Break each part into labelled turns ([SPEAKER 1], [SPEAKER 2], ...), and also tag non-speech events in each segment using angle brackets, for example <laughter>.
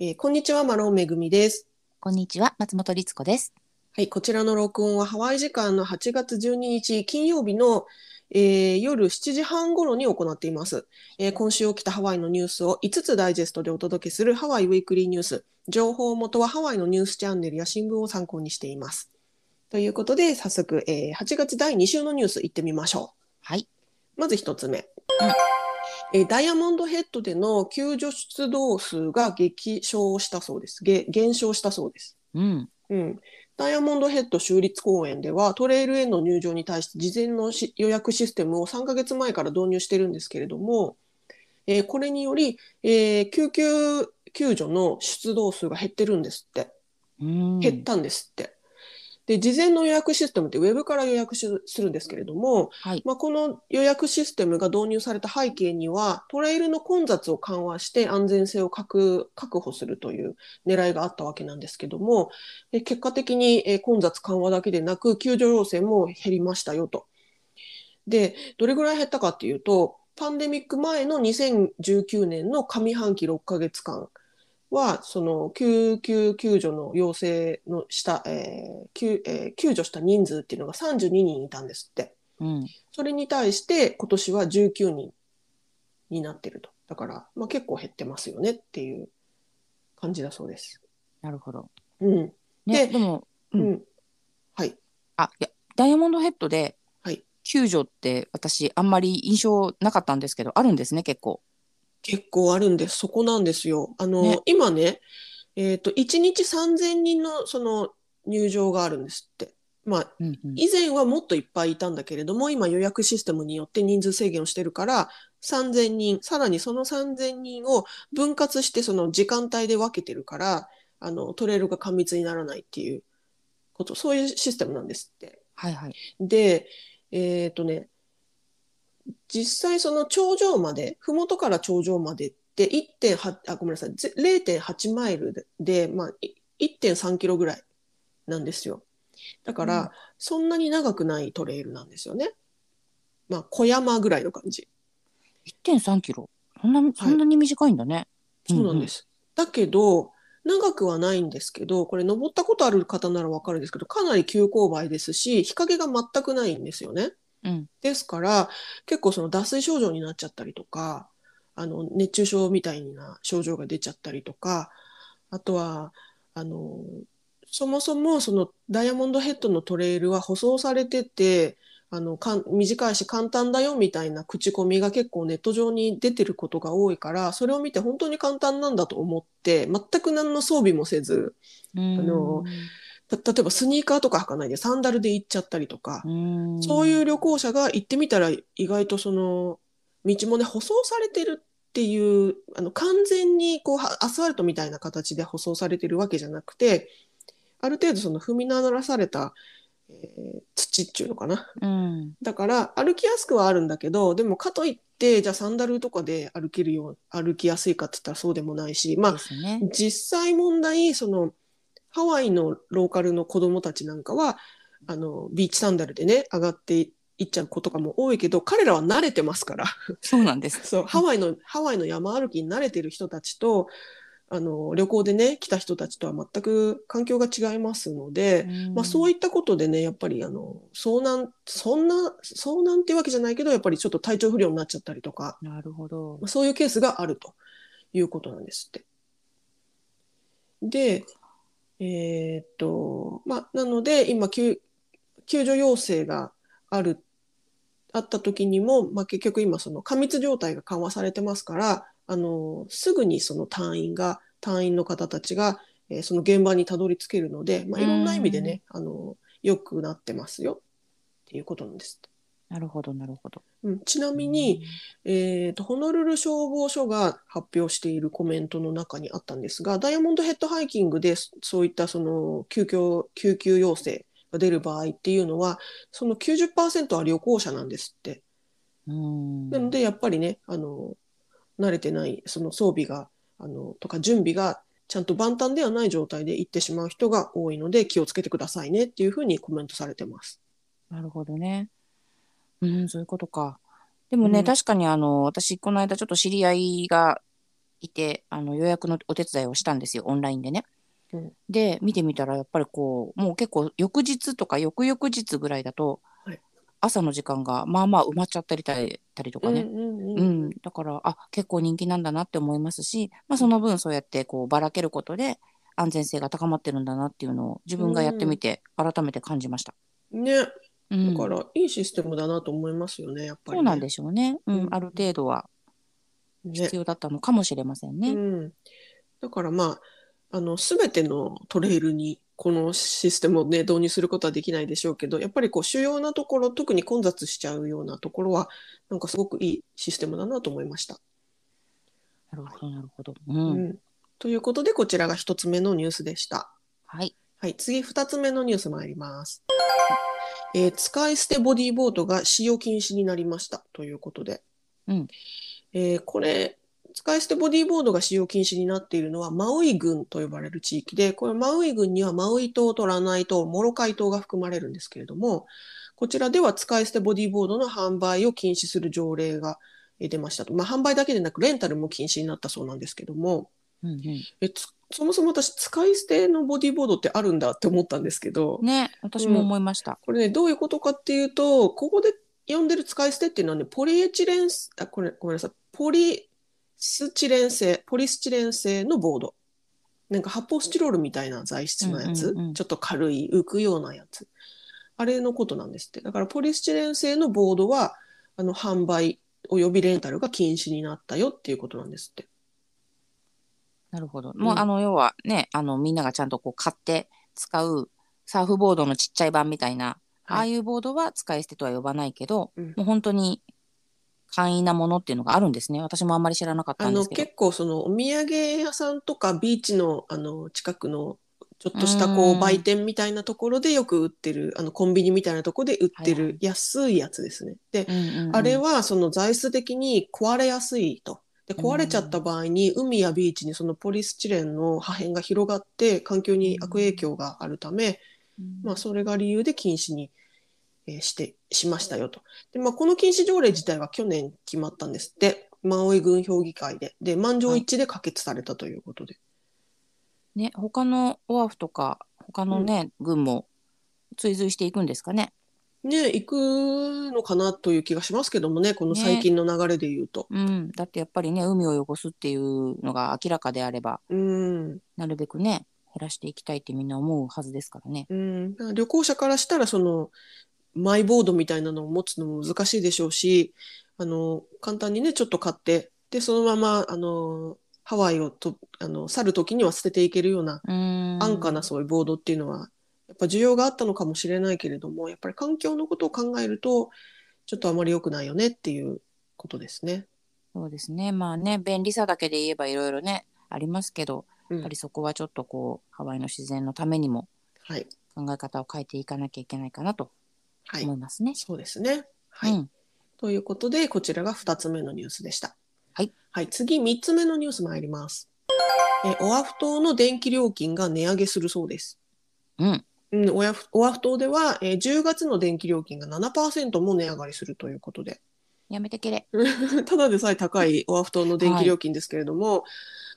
[SPEAKER 1] えーこんにちは、マロンめぐみです。
[SPEAKER 2] こんにちは、松本律子です。
[SPEAKER 1] はい、こちらの録音はハワイ時間の8月12日金曜日の、えー夜7時半頃に行っています、えー今週起きたハワイのニュースを5つダイジェストでお届けするハワイウィークリーニュース。情報元はハワイのニュースチャンネルや新聞を参考にしています。ということで、早速、えー8月第2週のニュース行ってみましょ
[SPEAKER 2] はい。
[SPEAKER 1] う。まず1つ目。えーダイヤモンドヘッドでの救助出動数が激少したそうです。げ減少したそうです。
[SPEAKER 2] うん。
[SPEAKER 1] うん、ダイヤモンドヘッド州立公園ではトレイルへの入場に対して事前のし予約システムを3ヶ月前から導入してるんですけれども、えーこれにより、えー救急救助の出動数が減ってるんですって
[SPEAKER 2] うん。
[SPEAKER 1] 減ったんですって。で事前の予約システムってウェブから予約しするんですけれども、
[SPEAKER 2] はい。
[SPEAKER 1] まあ、この予約システムが導入された背景にはトレイルの混雑を緩和して安全性を確確保するという狙いがあったわけなんですけどもえ結果的にえ混雑緩和だけでなく救助要請も減りましたよと。でどれぐらい減ったかっていうとパンデミック前の2019年の上半期6ヶ月間はその救急救助の要請のした、えー救えー救助した人数っていうのが32人いたんですって。
[SPEAKER 2] うん。
[SPEAKER 1] それに対して今年は19人になってると。だから、まあ、結構減ってますよねっていう感じだそうです。
[SPEAKER 2] なるほど。
[SPEAKER 1] うん。で
[SPEAKER 2] ね、でも、
[SPEAKER 1] う。
[SPEAKER 2] うんん
[SPEAKER 1] はい。
[SPEAKER 2] あ、いや、ダイヤモンドヘッドで、
[SPEAKER 1] はい
[SPEAKER 2] 救助って私、あんまり印象なかったんですけど、あるんですね、結構。
[SPEAKER 1] 結構あるんです。そこなんですよ。あの、
[SPEAKER 2] ね
[SPEAKER 1] 今ね、えっ、と、1日3000人のその入場があるんですって。まあ、
[SPEAKER 2] うん、うん。
[SPEAKER 1] 以前はもっといっぱいいたんだけれども、今予約システムによって人数制限をしてるから、3000人、さらにその3000人を分割してその時間帯で分けてるから、あの、トレールが過密にならないっていうこと、そういうシステムなんですって。
[SPEAKER 2] はいはい。
[SPEAKER 1] で、えっ、とね、実際その頂上まで、ふもとから頂上までって1.8、あ、ごめんなさい、ぜ0.8マイルで、でまあ、い1.3キロぐらいなんですよ。だから、
[SPEAKER 2] うん
[SPEAKER 1] そんなに長くないトレイルなんですよね。まあ、小山ぐらいの感じ。
[SPEAKER 2] 1.3キロ。そんな、そんなに短いんだね。
[SPEAKER 1] そうなんです。だけど、長くはないんですけど、これ登ったことある方ならわかるんですけど、かなり急勾配ですし、日陰が全くないんですよね。
[SPEAKER 2] うん。
[SPEAKER 1] ですから結構その脱水症状になっちゃったりとかあの熱中症みたいな症状が出ちゃったりとかあとはあのそもそもそのダイヤモンドヘッドのトレイルは舗装されててあのかん短いし簡単だよみたいな口コミが結構ネット上に出てることが多いからそれを見て本当に簡単なんだと思って全く何の装備もせず
[SPEAKER 2] うん。
[SPEAKER 1] あのた例えばスニーカーとか履かないでサンダルで行っちゃったりとか
[SPEAKER 2] うん、
[SPEAKER 1] そういう旅行者が行ってみたら意外とその道もね舗装されてるっていうあの完全にこうはアスファルトみたいな形で舗装されてるわけじゃなくてある程度その踏みならされた、えー土っていうのかな
[SPEAKER 2] うん。
[SPEAKER 1] だから歩きやすくはあるんだけどでもかといってじゃあサンダルとかで歩けるよう歩きやすいかって言ったらそうでもないしまあ
[SPEAKER 2] ですね。
[SPEAKER 1] 実際問題そのハワイのローカルの子どもたちなんかはあのビーチサンダルでね上がっていっちゃう子とかも多いけど彼らは慣れてますから <laughs>
[SPEAKER 2] そうなんです。
[SPEAKER 1] そうハワイのハワイの山歩きに慣れてる人たちとあの旅行でね来た人たちとは全く環境が違いますので、まあ、そう
[SPEAKER 2] い
[SPEAKER 1] いったことでねやっぱりあの遭難そんな遭難っていうわけじゃないけどやっぱりちょっと体調不良になっちゃったりとか
[SPEAKER 2] うん。なるほど
[SPEAKER 1] まあ。そういうケースがあるということなんですって。で、えーっと、まあ、なので、今救、救助要請がある、あった時にも、まあ、結局今、その過密状態が緩和されてますから、あの、すぐにその隊員が、隊員の方たちが、えーその現場にたどり着けるので、まあ、いろんな意味でね、あの、良くなってますよっていうことなんですって。
[SPEAKER 2] なるほど、なるほど。
[SPEAKER 1] うん、ちなみに、えーと、ホノルル消防署が発表しているコメントの中にあったんですが、ダイヤモンドヘッドハイキングでそそういったその救急救急要請が出る場合っていうのは、その90%は旅行者なんですって。
[SPEAKER 2] うん、
[SPEAKER 1] なので、やっぱりね、あの、慣れてない、その装備が、あの、とか準備がちゃんと万端ではない状態で行ってしまう人が多いので、気をつけてくださいねっていうふうにコメントされてます。
[SPEAKER 2] なるほどね。うん、そういうことか。でもね、
[SPEAKER 1] うん
[SPEAKER 2] 確かにあの私この間ちょっと知り合いがいてあの予約のお手伝いをしたんですよオンラインでね。
[SPEAKER 1] うん
[SPEAKER 2] で見てみたらやっぱりこうもう結構翌日とか翌々日ぐらいだと、
[SPEAKER 1] はい
[SPEAKER 2] 朝の時間がまあまあ埋まっちゃったりたりたりとかね、
[SPEAKER 1] うんうんう
[SPEAKER 2] うんん、だからあ結構人気なんだなって思いますし、まあ、その分そうやってこうばらけることで安全性が高まってるんだなっていうのを自分がやってみて改めて感じました。
[SPEAKER 1] ね、だ
[SPEAKER 2] うん
[SPEAKER 1] から、いいシステムだなと思いますよね、やっぱり、ね。
[SPEAKER 2] そうなんでしょうね、うん
[SPEAKER 1] うん
[SPEAKER 2] ある程度は
[SPEAKER 1] ね
[SPEAKER 2] 必要だったのかもしれませんね。
[SPEAKER 1] うん、だからまああの全てのトレイルにこのシステムを、ね、導入することはできないでしょうけどやっぱりこう主要なところ特に混雑しちゃうようなところはなんかすごくいいシステムだなと思いました。
[SPEAKER 2] なるほどなるほど、うん
[SPEAKER 1] うんということでこちらが1つ目のニュースでした。
[SPEAKER 2] はい
[SPEAKER 1] はい、次2つ目のニュース参ります、えー使い捨てボディーボードが使用禁止になりましたということで、
[SPEAKER 2] うん
[SPEAKER 1] えーこれ使い捨てボディーボードが使用禁止になっているのはマウイ郡と呼ばれる地域でこれマウイ郡にはマウイ島とラナイ島モロカイ島が含まれるんですけれどもこちらでは使い捨てボディーボードの販売を禁止する条例がえー出ましたと、まあ、販売だけでなくレンタルも禁止になったそうなんですけども、
[SPEAKER 2] うんう
[SPEAKER 1] えつそもそも私使い捨てのボディーボードってあるんだって思ったんですけど
[SPEAKER 2] ん、ね私も思いました。
[SPEAKER 1] これねどういうことかっていうとここで呼んでる使い捨てっていうのはねポリエチレンスあこれごめんなさいポリスチレン製ポリスチレン製のボードなんか発泡スチロールみたいな材質のやつ、
[SPEAKER 2] うんうんうん
[SPEAKER 1] ちょっと軽い浮くようなやつあれのことなんですってだからポリスチレン製のボードはあの販売およびレンタルが禁止になったよっていうことなんですって。
[SPEAKER 2] なるほど。
[SPEAKER 1] ん
[SPEAKER 2] もう、あの要はねあのみんながちゃんとこう買って使うサーフボードのちっちゃい版みたいな、ああ
[SPEAKER 1] い
[SPEAKER 2] いうボードは使い捨てとは呼ばないけど、
[SPEAKER 1] うん
[SPEAKER 2] もう本当に簡易なものっていうのがあるんですね。私もあんまり知らなかった
[SPEAKER 1] あ
[SPEAKER 2] んで
[SPEAKER 1] の
[SPEAKER 2] すけど。
[SPEAKER 1] 結構そのお土産屋さんとかビーチのあの近くのちょっとしたこ
[SPEAKER 2] う
[SPEAKER 1] うん売店みたいなところでよく売ってるあのコンビニみたいなところで売って
[SPEAKER 2] はいは
[SPEAKER 1] る安いやつですね。で、
[SPEAKER 2] うんうんうん
[SPEAKER 1] あれはその材質的に壊れやすいと。で壊れちゃった場合に海やビーチにそのポリスチレンの破片が広がって環境に悪影響があるため、まあ、それが理由で禁止に、えーしてしましたよと。でまあ、この禁止条例自体は去年決まったんですって、マオイ郡評議会で、で満場一致で可決されたということで。
[SPEAKER 2] ね他のオアフとか他のね、軍も追随していくんですかね。
[SPEAKER 1] ね、行くのかなという気がしますけどもね、この最近の流れで言うと。
[SPEAKER 2] うん、だってやっぱりね海を汚すっていうのが明らかであれば
[SPEAKER 1] うん
[SPEAKER 2] なるべくね減らしていきたいってみんな思うはずですからね。
[SPEAKER 1] うん、だから旅行者からしたらそのマイボードみたいなのを持つのも難しいでしょうしあの簡単にねちょっと買ってでそのままあのハワイをとあの去る時には捨てていけるような
[SPEAKER 2] うーん
[SPEAKER 1] 安価なそういうボードっていうのはやっぱ需要があったのかもしれないけれどもやっぱり環境のことを考えるとちょっとあまり良くないよねっていうことですね。
[SPEAKER 2] そうですねまあね便利さだけで言えばいろいろねありますけど
[SPEAKER 1] うん
[SPEAKER 2] やっぱりそこはちょっとこうハワイの自然のためにも
[SPEAKER 1] はい、
[SPEAKER 2] 考え方を変えていかなきゃいけないかなと
[SPEAKER 1] はい
[SPEAKER 2] 思いますね。
[SPEAKER 1] そうですね、はい
[SPEAKER 2] うん、
[SPEAKER 1] ということでこちらが2つ目のニュースでした。
[SPEAKER 2] はい、
[SPEAKER 1] 次3つ目のニュース参ります。えオアフ島の電気料金が値上げするそうです。
[SPEAKER 2] うん
[SPEAKER 1] うん、オアフオアフ島では、えー10月の電気料金が7%も値上がりするということで、
[SPEAKER 2] やめてけれ。
[SPEAKER 1] <laughs> ただでさえ高いオアフ島の電気料金ですけれども、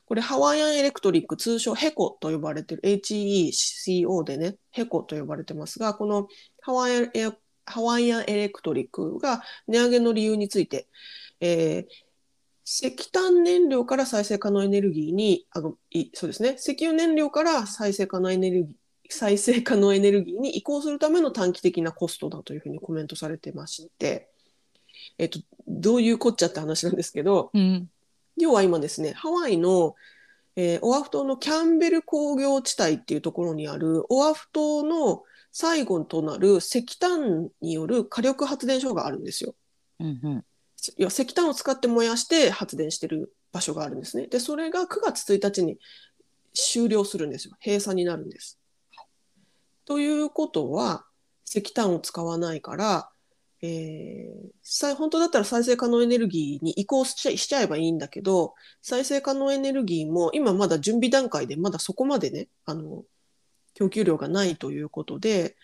[SPEAKER 1] これハワイアンエレクトリック通称ヘコと呼ばれてる HECO でねヘコと呼ばれてますがこのハワイアンエハワイアンエレクトリックが値上げの理由について、えー石炭燃料から再生可能エネルギーにあごいそうですね石油燃料から再生可能エネルギー再生可能エネルギーに移行するための短期的なコストだというふうにコメントされてまして、えっと、どういうこっちゃって話なんですけど、
[SPEAKER 2] うん
[SPEAKER 1] 要は今ですね、ハワイの、えーオアフ島のキャンベル工業地帯っていうところにあるオアフ島の最後となる石炭による火力発電所があるんですよ。
[SPEAKER 2] うんうん
[SPEAKER 1] いや石炭を使って燃やして発電してる場所があるんですね。で、それが9月1日に終了するんですよ。閉鎖になるんです。ということは、石炭を使わないから、えーさい本当だったら再生可能エネルギーに移行しちゃしちゃえばいいんだけど、再生可能エネルギーも今まだ準備段階で、まだそこまでね、あの、供給量がないということで、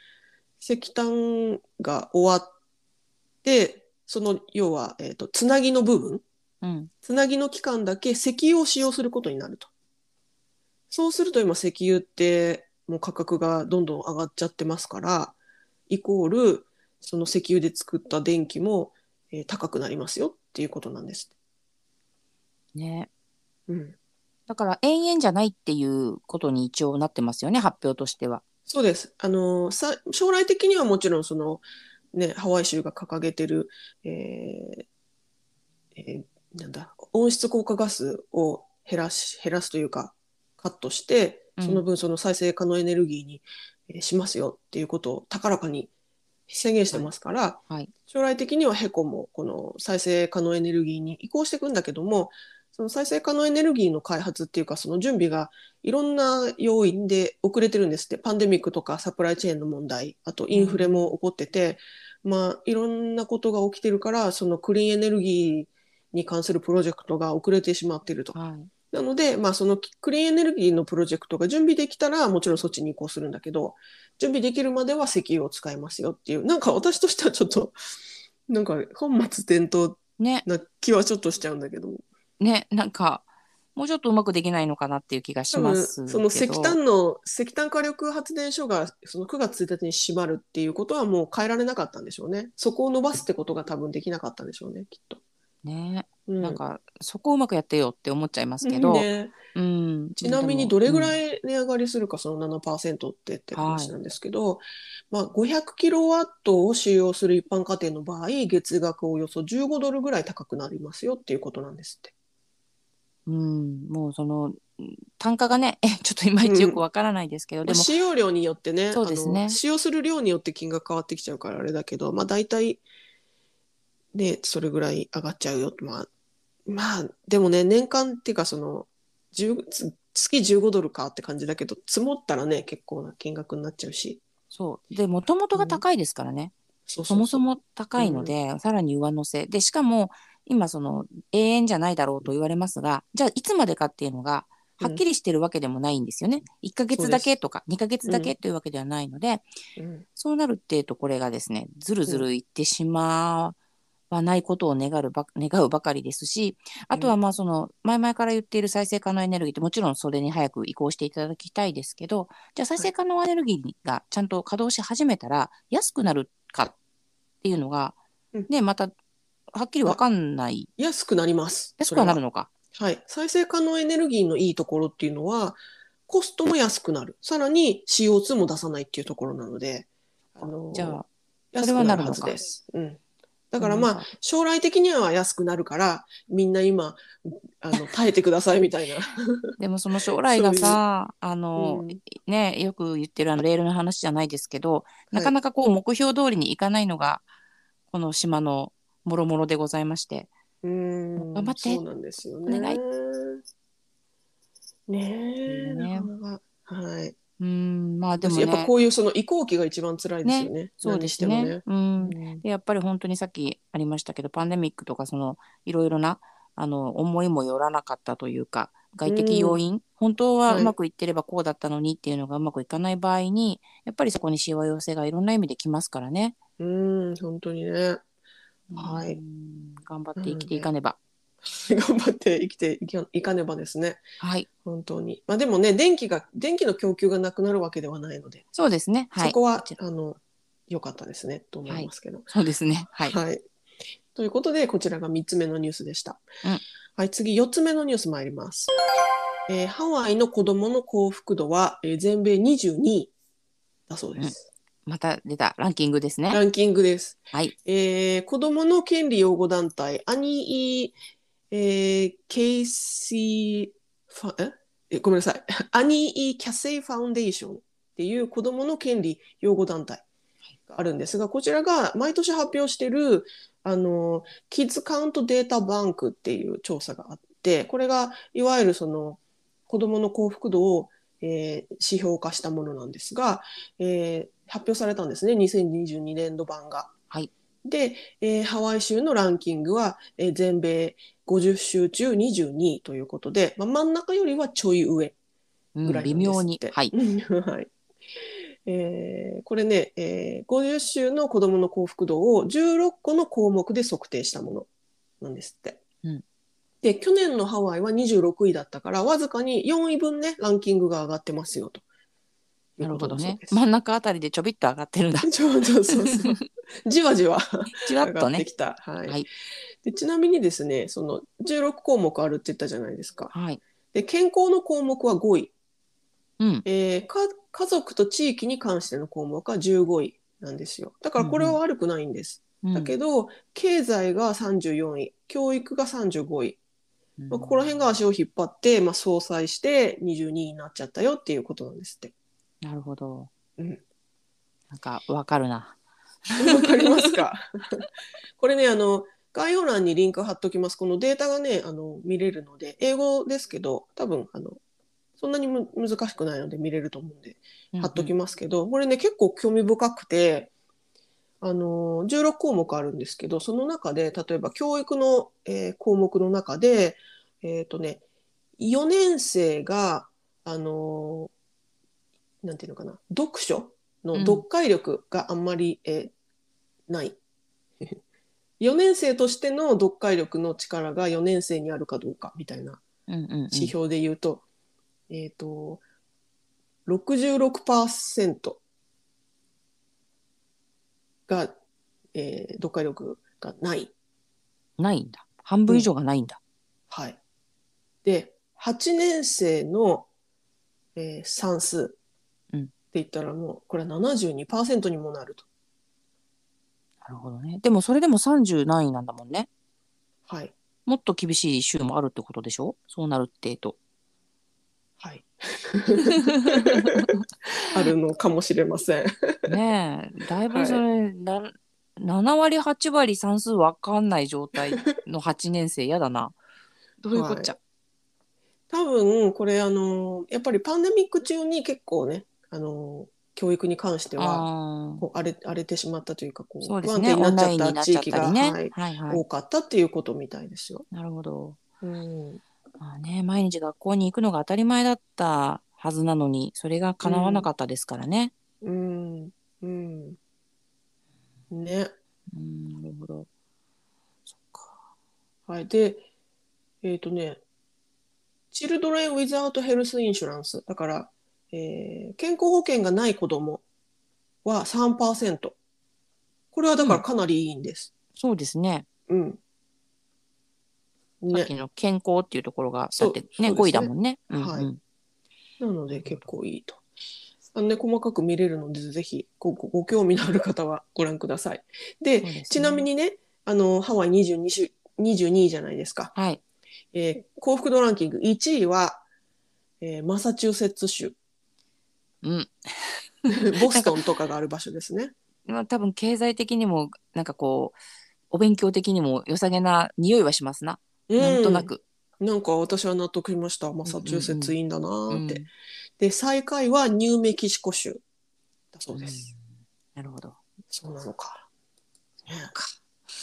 [SPEAKER 1] 石炭が終わって、その要は、えー、とつなぎの部分
[SPEAKER 2] うん。
[SPEAKER 1] つなぎの期間だけ石油を使用することになると。そうすると今石油ってもう価格がどんどん上がっちゃってますから、イコールその石油で作った電気も、えー高くなりますよっていうことなんです。
[SPEAKER 2] ね。
[SPEAKER 1] うん、
[SPEAKER 2] だから、延々じゃないっていうことに一応なってますよね、発表としては。
[SPEAKER 1] そうです。あのさ将来的にはもちろんその、ね、ハワイ州が掲げてる、えーえーなんだ温室効果ガスを減らし減らすというかカットして
[SPEAKER 2] うん
[SPEAKER 1] その分その再生可能エネルギーに、えーしますよっていうことを高らかに宣言してますから、
[SPEAKER 2] はい。
[SPEAKER 1] 将来的にはヘコもこの再生可能エネルギーに移行していくんだけどもその再生可能エネルギーの開発っていうかその準備がいろんな要因で遅れてるんですってパンデミックとかサプライチェーンの問題あとインフレも起こってて、まあいろんなことが起きてるからそのクリーンエネルギーに関するプロジェクトが遅れてしまってると。
[SPEAKER 2] はい。
[SPEAKER 1] なので、まあ、そのクリーンエネルギーのプロジェクトが準備できたら、もちろんそっちに移行するんだけど、準備できるまでは石油を使いますよっていう、なんか私としてはちょっと、 <laughs> なんか本末転倒
[SPEAKER 2] ね。
[SPEAKER 1] な気はちょっとしちゃうんだけど、
[SPEAKER 2] ね。なんか、もうちょっとうまくできないのかなっていう気がし
[SPEAKER 1] 多
[SPEAKER 2] ま
[SPEAKER 1] 分
[SPEAKER 2] すけど。
[SPEAKER 1] その石炭の、石炭火力発電所がその9月1日に閉まるっていうことはもう変えられなかったんでしょうね。そこを伸ばすってことが多分できなかったんでしょうね、きっと。
[SPEAKER 2] ね。
[SPEAKER 1] う
[SPEAKER 2] なんか、そこをうまくやってよって思っちゃいますけ
[SPEAKER 1] う
[SPEAKER 2] ど。
[SPEAKER 1] んね
[SPEAKER 2] うん。
[SPEAKER 1] ちなみにどれぐ
[SPEAKER 2] い、
[SPEAKER 1] らい値上がりするか、その7%ってって
[SPEAKER 2] はい
[SPEAKER 1] 話なんですけど、まあ、500キロワットを使用する一般家庭の場合、月額およそ15ドルぐらい高くなりますよっていうことなんですって。
[SPEAKER 2] うん、もうそのうん単価がね <laughs> ちょっといまいちよくわからないですけど、
[SPEAKER 1] ま
[SPEAKER 2] で
[SPEAKER 1] あ、
[SPEAKER 2] も
[SPEAKER 1] 使用量によってね
[SPEAKER 2] そうですね
[SPEAKER 1] あの、使用する量によって金額変わってきちゃうからあれだけど、まあ、大体、ね、それぐらい上がっちゃうよ。まあ、まあ、でもね、年間っていうか、その、10つ月15ドルかって感じだけど、積もったらね、結構な金額になっちゃうし。
[SPEAKER 2] そうでもともとが高いですからね、
[SPEAKER 1] そう
[SPEAKER 2] そもそも高いので、さらに上乗せでしかも今その永遠じゃないだろうと言われますがじゃあいつまでかっていうのがはっきりしてるわけでもないんですよね、1ヶ月だけとか2ヶ月だけというわけではないので、
[SPEAKER 1] うん
[SPEAKER 2] そうなるっていうとこれがですねずるずるいってしまわないことを願うば願うばかりですしあとはまあその前々から言っている再生可能エネルギーってもちろんそれに早く移行していただきたいですけどじゃあ再生可能エネルギーがちゃんと稼働し始めたら安くなるかっていうのが、
[SPEAKER 1] うん
[SPEAKER 2] ねまたはっきり分かんない
[SPEAKER 1] 安くなります。
[SPEAKER 2] 安くはなる
[SPEAKER 1] の
[SPEAKER 2] のか。
[SPEAKER 1] はい。再生可能エネルギーのいいところっていうのは、コストも安くなる。さらに CO2 も出さないっていうところなので、あの
[SPEAKER 2] じゃあ
[SPEAKER 1] 安
[SPEAKER 2] それ
[SPEAKER 1] く
[SPEAKER 2] は
[SPEAKER 1] な
[SPEAKER 2] な
[SPEAKER 1] る
[SPEAKER 2] る
[SPEAKER 1] は
[SPEAKER 2] の
[SPEAKER 1] ず
[SPEAKER 2] か
[SPEAKER 1] です。うん。だからま
[SPEAKER 2] な
[SPEAKER 1] あ
[SPEAKER 2] ん、
[SPEAKER 1] 将来的には安くなるから、みんな今、あ
[SPEAKER 2] <laughs>
[SPEAKER 1] の、耐えてくださいみたいな。
[SPEAKER 2] でもその将来がさあの、
[SPEAKER 1] うん
[SPEAKER 2] ねよく言ってるあのレールの話じゃないですけどなかなかこう目標通りにいかないのがこの島のもろもろでございまして
[SPEAKER 1] うーん
[SPEAKER 2] 頑張って
[SPEAKER 1] そうなんですよね。
[SPEAKER 2] お願い
[SPEAKER 1] ねえ、
[SPEAKER 2] ね
[SPEAKER 1] なかなか。はい。
[SPEAKER 2] うーんまあ
[SPEAKER 1] で
[SPEAKER 2] で
[SPEAKER 1] も、
[SPEAKER 2] もね
[SPEAKER 1] やっぱこういうその移行期が一番辛いですよね。
[SPEAKER 2] そうで
[SPEAKER 1] 何して
[SPEAKER 2] す
[SPEAKER 1] も
[SPEAKER 2] ね
[SPEAKER 1] ね。
[SPEAKER 2] うん
[SPEAKER 1] うん
[SPEAKER 2] でやっぱり本当にさっきありましたけどパンデミックとかそのいろいろなあの思いもよらなかったというか外的要因、本当は
[SPEAKER 1] はいう
[SPEAKER 2] まくいってればこうだったのにっていうのがうまくいかない場合にやっぱりそこにしわ寄せがいろんな意味できますからね。
[SPEAKER 1] うーん、本当にね。はい <laughs>
[SPEAKER 2] うん頑張って生きていかねば。
[SPEAKER 1] 頑張って生きていかいかねばですね。
[SPEAKER 2] はい。
[SPEAKER 1] 本当に。まあでもね、電気が、電気の供給がなくなるわけではないので、
[SPEAKER 2] そうですね。はい。
[SPEAKER 1] そこは
[SPEAKER 2] ち、ら
[SPEAKER 1] あの、良かったですね、と思いますけど。
[SPEAKER 2] そうで
[SPEAKER 1] <laughs>
[SPEAKER 2] すね。はい。
[SPEAKER 1] ということで、こちらが3つ目のニュースでした。
[SPEAKER 2] うん
[SPEAKER 1] はい、次、4つ目のニュース参ります。えーハワイの子供の幸福度は、えー全米22位だそうです。
[SPEAKER 2] また出たランキングですね。
[SPEAKER 1] ランキングです。
[SPEAKER 2] はい。
[SPEAKER 1] えー子供の権利擁護団体、アニー・えーケイシーファええごめんなさい。 <laughs> アニー・キャセイ・ファウンデーションっていう子供の権利擁護団体があるんですが、こちらが毎年発表してる、あの、キッズカウントデータバンクっていう調査があって、これがいわゆるその子供の幸福度を、えー指標化したものなんですが、えー発表されたんですね、2022年度版が。で、えーハワイ州のランキングは、えー全米50州中22位ということで、まあ、真ん中よりはちょい上
[SPEAKER 2] うん
[SPEAKER 1] ぐらい
[SPEAKER 2] 微
[SPEAKER 1] なんです
[SPEAKER 2] 妙に
[SPEAKER 1] って。
[SPEAKER 2] はい。
[SPEAKER 1] <laughs> はいえーこれね、えー50州の子どもの幸福度を16個の項目で測定したものなんですって。
[SPEAKER 2] うん
[SPEAKER 1] で、去年のハワイは26位だったから、わずかに4位分ね、ランキングが上がってますよと。
[SPEAKER 2] なるほどね。真ん中あたりでちょびっと上
[SPEAKER 1] <laughs>
[SPEAKER 2] がってるんだ。
[SPEAKER 1] ちょそうそうそう。
[SPEAKER 2] <laughs>
[SPEAKER 1] じわじわ
[SPEAKER 2] じわっとね。
[SPEAKER 1] ってきた。はい。
[SPEAKER 2] はい、
[SPEAKER 1] でちなみにですね、その16項目あるって言ったじゃないですか。
[SPEAKER 2] はい。
[SPEAKER 1] で健康の項目は5位。
[SPEAKER 2] うん。
[SPEAKER 1] えー、か家族と地域に関しての項目は15位なんですよ。だからこれは悪くないんです。
[SPEAKER 2] うんうん、
[SPEAKER 1] だけど、経済が34位、教育が35位。
[SPEAKER 2] うん、
[SPEAKER 1] まあ、ここら辺が足を引っ張って、まあ、総裁して22位になっちゃったよっていうことなんですって。
[SPEAKER 2] なるほど。
[SPEAKER 1] うん。
[SPEAKER 2] なんかわかるな。
[SPEAKER 1] <laughs> わかりますかこれね、あの、概要欄にリンク貼っときます。このデータがね、あの、見れるので、英語ですけど、多分、あの、そんなにむ難しくないので見れると思うんで、貼っときますけど、これね、結構興味深くて、あの、16項目あるんですけど、その中で、例えば教育の、えー項目の中で、えっ、とね、4年生が、あのなんていうのかな、読書の読解力があんまり、えーない。4年生としての読解力の力が4年生にあるかどうかみたいな
[SPEAKER 2] うんうんうんうん
[SPEAKER 1] 指標で言うと、えっ、と、66%が、えー読解力がない。
[SPEAKER 2] ないんだ。半分以上がないんだ。
[SPEAKER 1] はい。で、8年生の、えー算数
[SPEAKER 2] うん
[SPEAKER 1] って言ったらもう、これは72%にもなると。
[SPEAKER 2] なるほどね。でもそれでも30何位なんだもんね。
[SPEAKER 1] はい。
[SPEAKER 2] もっと厳しい州もあるってことでしょそうなるってえと。
[SPEAKER 1] <laughs> はい。あるのかもしれません。
[SPEAKER 2] ねえ、だいぶそれ、な7割8割算数わかんない状態の8年生やだな。どういうこっちゃ。
[SPEAKER 1] 多分、これ、あの、やっぱりパンデミック中に結構ね、あの、教育に関しては、
[SPEAKER 2] ああ、
[SPEAKER 1] こう荒れ荒れてしまったというか、こう
[SPEAKER 2] そうで
[SPEAKER 1] 不安
[SPEAKER 2] すね。
[SPEAKER 1] 定に
[SPEAKER 2] オ
[SPEAKER 1] な
[SPEAKER 2] ン
[SPEAKER 1] っちゃっ
[SPEAKER 2] ラインに
[SPEAKER 1] た
[SPEAKER 2] なっ
[SPEAKER 1] 地
[SPEAKER 2] ちゃっ
[SPEAKER 1] 域
[SPEAKER 2] た
[SPEAKER 1] が、
[SPEAKER 2] りね。
[SPEAKER 1] はい、
[SPEAKER 2] はいはい。
[SPEAKER 1] 多かったっていうことみたいですよ。
[SPEAKER 2] なるほど。
[SPEAKER 1] うん、
[SPEAKER 2] まあね、毎日学校に行くのが当たり前だったはずなのに、それが叶わなかったですからね。
[SPEAKER 1] うん、うん。ね。
[SPEAKER 2] うん、なるほど。そっか。
[SPEAKER 1] はい。で、えっ、とね、Children Without Health Insurance。だから、えー健康保険がない子供は3%。これはだからかなりいいんです。
[SPEAKER 2] そうですね。
[SPEAKER 1] うん。
[SPEAKER 2] さっき
[SPEAKER 1] ね。
[SPEAKER 2] の健康っていうところが、
[SPEAKER 1] そう
[SPEAKER 2] だってね、
[SPEAKER 1] そうですね
[SPEAKER 2] 5位だもんね。うんうん
[SPEAKER 1] はいなので結構いいと。あのね、細かく見れるので、ぜひごごご興味のある方はご覧ください。で、
[SPEAKER 2] そうですね
[SPEAKER 1] ちなみにね、あの、ハワイ22州22位じゃないですか。
[SPEAKER 2] はい。
[SPEAKER 1] えー幸福度ランキング1位は、えーマサチューセッツ
[SPEAKER 2] <laughs>
[SPEAKER 1] 州。
[SPEAKER 2] うん。
[SPEAKER 1] ボストンとかがある場所ですね。
[SPEAKER 2] まあ、多分経済的にも、なんかこう、お勉強的にも良さげな匂いはしますな。
[SPEAKER 1] う
[SPEAKER 2] なんとな。く。
[SPEAKER 1] なんか私は納得しました。マサチューセッツいいんだなーって。
[SPEAKER 2] うん
[SPEAKER 1] で、最下位はニューメキシコ州だそうです。
[SPEAKER 2] なるほど。
[SPEAKER 1] そうなのか。ね
[SPEAKER 2] か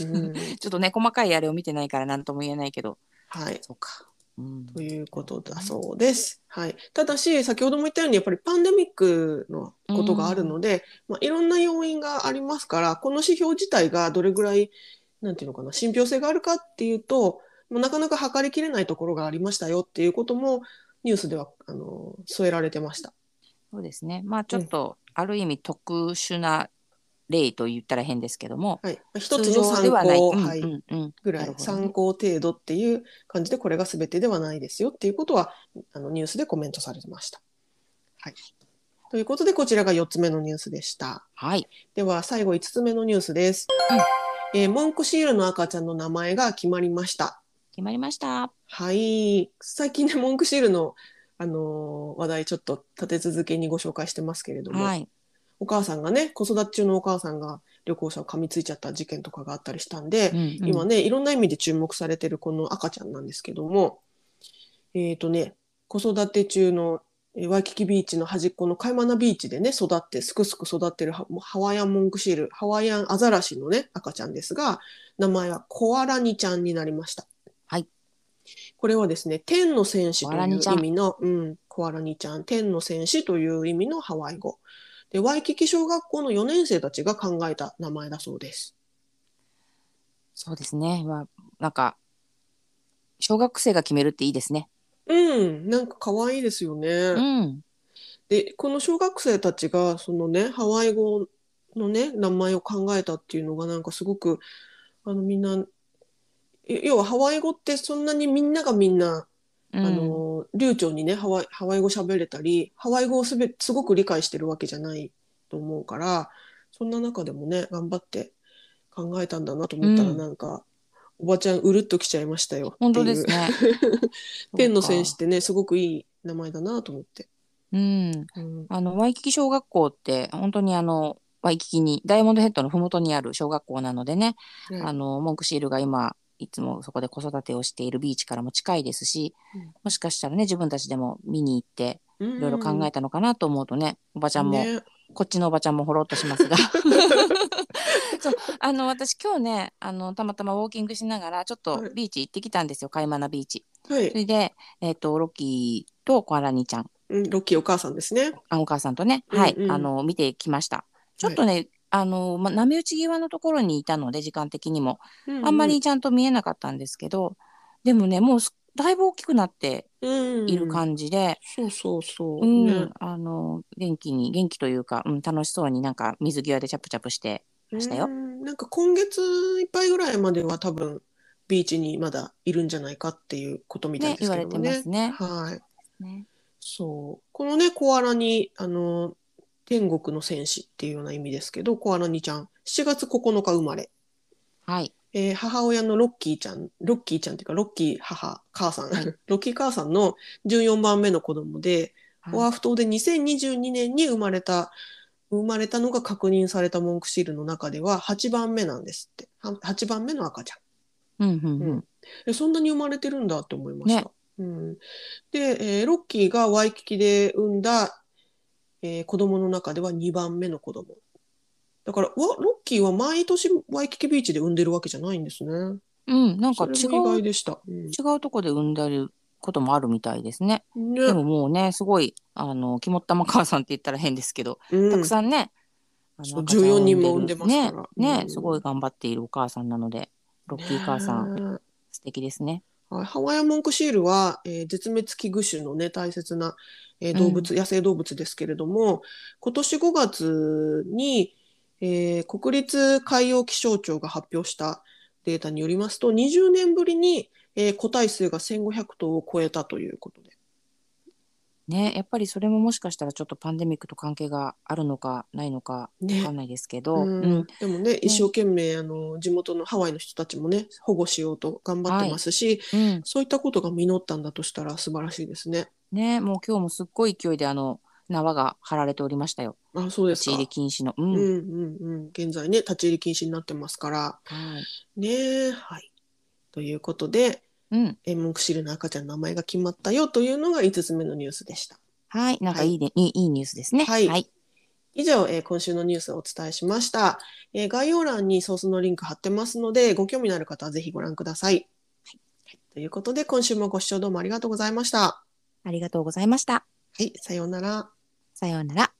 [SPEAKER 1] うん、
[SPEAKER 2] ちょっとね、細かいあれを見てないから何とも言えないけど。
[SPEAKER 1] はい。
[SPEAKER 2] そうか。うん。
[SPEAKER 1] ということだそうです。はい。ただし、先ほども言ったように、やっぱりパンデミックのことがあるので、まあ、いろんな要因がありますから、この指標自体がどれぐらい、なんていうのかな、信憑性があるかっていうと、まあなかなか測りきれないところがありましたよっていうことも、ニュースでは、あの、添えられてました。
[SPEAKER 2] そうですね。まあちょっと、ある意味特殊な例と言ったら変ですけども、
[SPEAKER 1] はい。まあ一
[SPEAKER 2] 通
[SPEAKER 1] つ
[SPEAKER 2] 常
[SPEAKER 1] の参
[SPEAKER 2] ではない。
[SPEAKER 1] 考、
[SPEAKER 2] うん
[SPEAKER 1] は
[SPEAKER 2] う
[SPEAKER 1] い、
[SPEAKER 2] んうん。
[SPEAKER 1] ぐら、
[SPEAKER 2] ないるほどね
[SPEAKER 1] 参考程度っていう感じで、これが全てではないですよっていうことは、あの、ニュースでコメントされてました。はい。ということで、こちらが4つ目のニュースでした。
[SPEAKER 2] はい。
[SPEAKER 1] では最後5つ目のニュースです、えーモンクシールの赤ちゃんの名前が決まりました
[SPEAKER 2] 決まりました。
[SPEAKER 1] はい最近ねモンクシールの、あのー話題ちょっと立て続けにご紹介してますけれども、
[SPEAKER 2] はい。
[SPEAKER 1] お母さんがね子育て中のお母さんが旅行者を噛みついちゃった事件とかがあったりしたんで、
[SPEAKER 2] うんうん
[SPEAKER 1] 今ねいろんな意味で注目されてるこの赤ちゃんなんですけどもえっ、とね子育て中のえーワイキキビーチの端っこのカイマナビーチでね育ってすくすく育ってるハもうハワイアンモンクシールハワイアンアザラシのね赤ちゃんですが名前はコアラニちゃんになりました。
[SPEAKER 2] はい
[SPEAKER 1] これはですね天の戦士とい
[SPEAKER 2] コアラニ
[SPEAKER 1] う
[SPEAKER 2] ちゃん
[SPEAKER 1] 意味のうん、コアラニちゃん天の戦士という意味のハワイ語でワイキキ小学校の4年生たちが考えた名前だそうです。
[SPEAKER 2] そうですね。まあ、なんか、小学生が決めるっていいですね。
[SPEAKER 1] うん、なんか可愛いですよね。
[SPEAKER 2] うん。
[SPEAKER 1] で、この小学生たちが、そのね、ハワイ語のね、名前を考えたっていうのが、なんかすごく、あの、みんな、い要はハワイ語ってそんなにみんながみんな、
[SPEAKER 2] うん、
[SPEAKER 1] あの、流暢にね、ハワイ、ハワイ語喋れたり、ハワイ語をすべ、すごく理解してるわけじゃないと思うから、そんな中でもね、頑張って考えたんだなと思ったら、
[SPEAKER 2] うん
[SPEAKER 1] なんか、おばちゃんうるっときちゃいましたよ
[SPEAKER 2] 本
[SPEAKER 1] って
[SPEAKER 2] 当
[SPEAKER 1] い
[SPEAKER 2] で
[SPEAKER 1] う
[SPEAKER 2] す。ね。
[SPEAKER 1] 天の戦士っ
[SPEAKER 2] そうか
[SPEAKER 1] てね、すごくいい名前だなと思って。
[SPEAKER 2] うん。
[SPEAKER 1] うん
[SPEAKER 2] あの、ワイキキ小学校って、本当にあの、ワイキキに、ダイヤモンドヘッドのふもとにある小学校なのでね、
[SPEAKER 1] ね
[SPEAKER 2] あの、モンクシールが今、いつもそこで子育てをしているビーチからも近いですし、
[SPEAKER 1] うん
[SPEAKER 2] もしかしたらね、自分たちでも見に行って、
[SPEAKER 1] い
[SPEAKER 2] いろいろ考え
[SPEAKER 1] て
[SPEAKER 2] たのかなと思うとね、おばちゃんも、
[SPEAKER 1] ね、
[SPEAKER 2] こっちのおばちゃんもほろっとします
[SPEAKER 1] <laughs>
[SPEAKER 2] が。そう、あの、私今日ね、あの、たまたまウォーキングしながら、ちょっと
[SPEAKER 1] はい
[SPEAKER 2] ビーチ行ってきたんですよ、カイマナビーチ。
[SPEAKER 1] は
[SPEAKER 2] そ
[SPEAKER 1] い、
[SPEAKER 2] れで、えっ、と、ロッキーとコアラニちゃん、
[SPEAKER 1] うんロッキーお母さんですね。
[SPEAKER 2] あお母さんとね、はい、
[SPEAKER 1] うんうん
[SPEAKER 2] あの、見てきました。ちょっとね、あの、ま、波打ち際のところにいたので、時間的にも、
[SPEAKER 1] はい、うう
[SPEAKER 2] あんまりちゃんと見えなかったんですけど、でもね、もうすだいぶ大きくなっている
[SPEAKER 1] じ。
[SPEAKER 2] 感じで、
[SPEAKER 1] そうそうそう。
[SPEAKER 2] うん、
[SPEAKER 1] ね
[SPEAKER 2] あの、元気に、元気というか、うん、楽しそうになんか水際でチャプチャプして、ましたよ
[SPEAKER 1] うんなんか今月いっぱいぐらいまでは多分ビーチにまだいるんじゃないかっていうことみたいですけども
[SPEAKER 2] ね言わ
[SPEAKER 1] ね。
[SPEAKER 2] れてますね
[SPEAKER 1] はい。
[SPEAKER 2] ね、
[SPEAKER 1] そう。このね、コアラに、あの、天国の戦士っていうような意味ですけど、コアラにちゃん、7月9日生まれ。
[SPEAKER 2] はい、
[SPEAKER 1] えー母親のロッキーちゃん、ロッキーちゃんっていうか、ロッキー母、母さん、
[SPEAKER 2] はい
[SPEAKER 1] <laughs> ロッキー母さんの14番目の子供で、
[SPEAKER 2] はい
[SPEAKER 1] オアフ島で2022年に生まれた、生まれたのが確認されたモンクシールの中では8番目なんですって。は8番目の赤ちゃん。
[SPEAKER 2] うん、うん、
[SPEAKER 1] う
[SPEAKER 2] うん
[SPEAKER 1] ん。えそんなに生まれてるんだって思いました。
[SPEAKER 2] ね
[SPEAKER 1] うん、で、えーロッキーがワイキキで産んだ、えー子供の中では2番目の子供。だから、わロッキーは毎年ワイキキビーチで産んでるわけじゃないんですね。
[SPEAKER 2] うん、なん
[SPEAKER 1] そ
[SPEAKER 2] か
[SPEAKER 1] れ
[SPEAKER 2] 違
[SPEAKER 1] も意外
[SPEAKER 2] う、
[SPEAKER 1] でした。うん
[SPEAKER 2] 違うとこで産んでることもあるみたいですね。
[SPEAKER 1] ね
[SPEAKER 2] でももうね、すごい、あの、肝っ玉母さんって言ったら変ですけど、
[SPEAKER 1] うん
[SPEAKER 2] たくさんね、あの
[SPEAKER 1] そう
[SPEAKER 2] 赤ちゃんを
[SPEAKER 1] 14人も産んでますから
[SPEAKER 2] ねね、
[SPEAKER 1] うん
[SPEAKER 2] すごい頑張っているお母さんなので、ロッキー母さん、
[SPEAKER 1] ね
[SPEAKER 2] 素敵ですね。
[SPEAKER 1] はいハワイアンモンクシールは、えー絶滅危惧種のね、大切な、えー動物、野生動物ですけれども、今年5月に、えー国立海洋気象庁が発表したデータによりますと、20年ぶりに、えー個体数が1500頭を超えたということで。
[SPEAKER 2] ね、やっぱりそれももしかしたらちょっとパンデミックと関係があるのかないのかわ
[SPEAKER 1] ね
[SPEAKER 2] かんないですけど、
[SPEAKER 1] うん
[SPEAKER 2] うん
[SPEAKER 1] でもね、一生懸命、あの、地元のハワイの人たちもね、保護しようと頑張ってますし、
[SPEAKER 2] うん
[SPEAKER 1] そういったことが実ったんだとしたら素晴らしいですね。
[SPEAKER 2] ね、もう今日もすっごい勢いであの縄が張られておりましたよ。
[SPEAKER 1] あ、そうで
[SPEAKER 2] 立
[SPEAKER 1] す
[SPEAKER 2] ち
[SPEAKER 1] か。
[SPEAKER 2] 入り禁止の。う
[SPEAKER 1] うん
[SPEAKER 2] ん、
[SPEAKER 1] うんうん。現在ね、立ち入り禁止になってますから。
[SPEAKER 2] はい。
[SPEAKER 1] ねえ、はい。ということで、
[SPEAKER 2] うん、
[SPEAKER 1] エンモクシルの赤ちゃんの名前が決まったよというのが5つ目のニュースでした。
[SPEAKER 2] はい、なんかいいね、いい、いいニュースですね。
[SPEAKER 1] はい以上、えー今週のニュースをお伝えしました、えー概要欄にソースのリンク貼ってますので、ご興味のある方はぜひご覧ください。はい、ということで、今週もご視聴どうもありがとうございました。は
[SPEAKER 2] ありがとうございました。
[SPEAKER 1] い、さようなら。
[SPEAKER 2] さようなら。